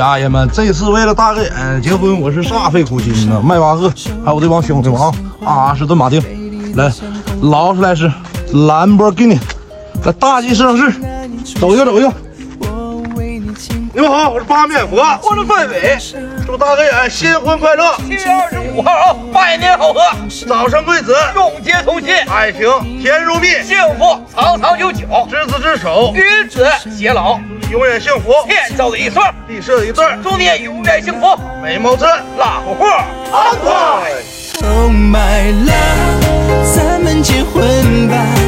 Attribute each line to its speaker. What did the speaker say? Speaker 1: 家人们，这次为了大哥眼结婚，我是煞费苦心呐。迈巴赫，还有这帮兄弟们啊，阿斯顿马丁，来，劳斯莱斯，兰博基尼，来大 G 摄影师，走一个走一个。你们好，我是八面佛，我是范伟，祝大哥眼新婚快乐，
Speaker 2: 七月二十五号啊，百年好合，
Speaker 1: 早生贵子，
Speaker 2: 永结同心，
Speaker 1: 爱情甜如蜜，
Speaker 2: 幸福长长久久，
Speaker 1: 执子之手，
Speaker 2: 与子偕老，
Speaker 1: 永远幸福，
Speaker 2: 天造一对，
Speaker 1: 地设一对，
Speaker 2: 祝你永远幸福，
Speaker 1: 美貌真，
Speaker 2: 老虎安
Speaker 1: 快。
Speaker 3: Oh my love，咱们结婚吧。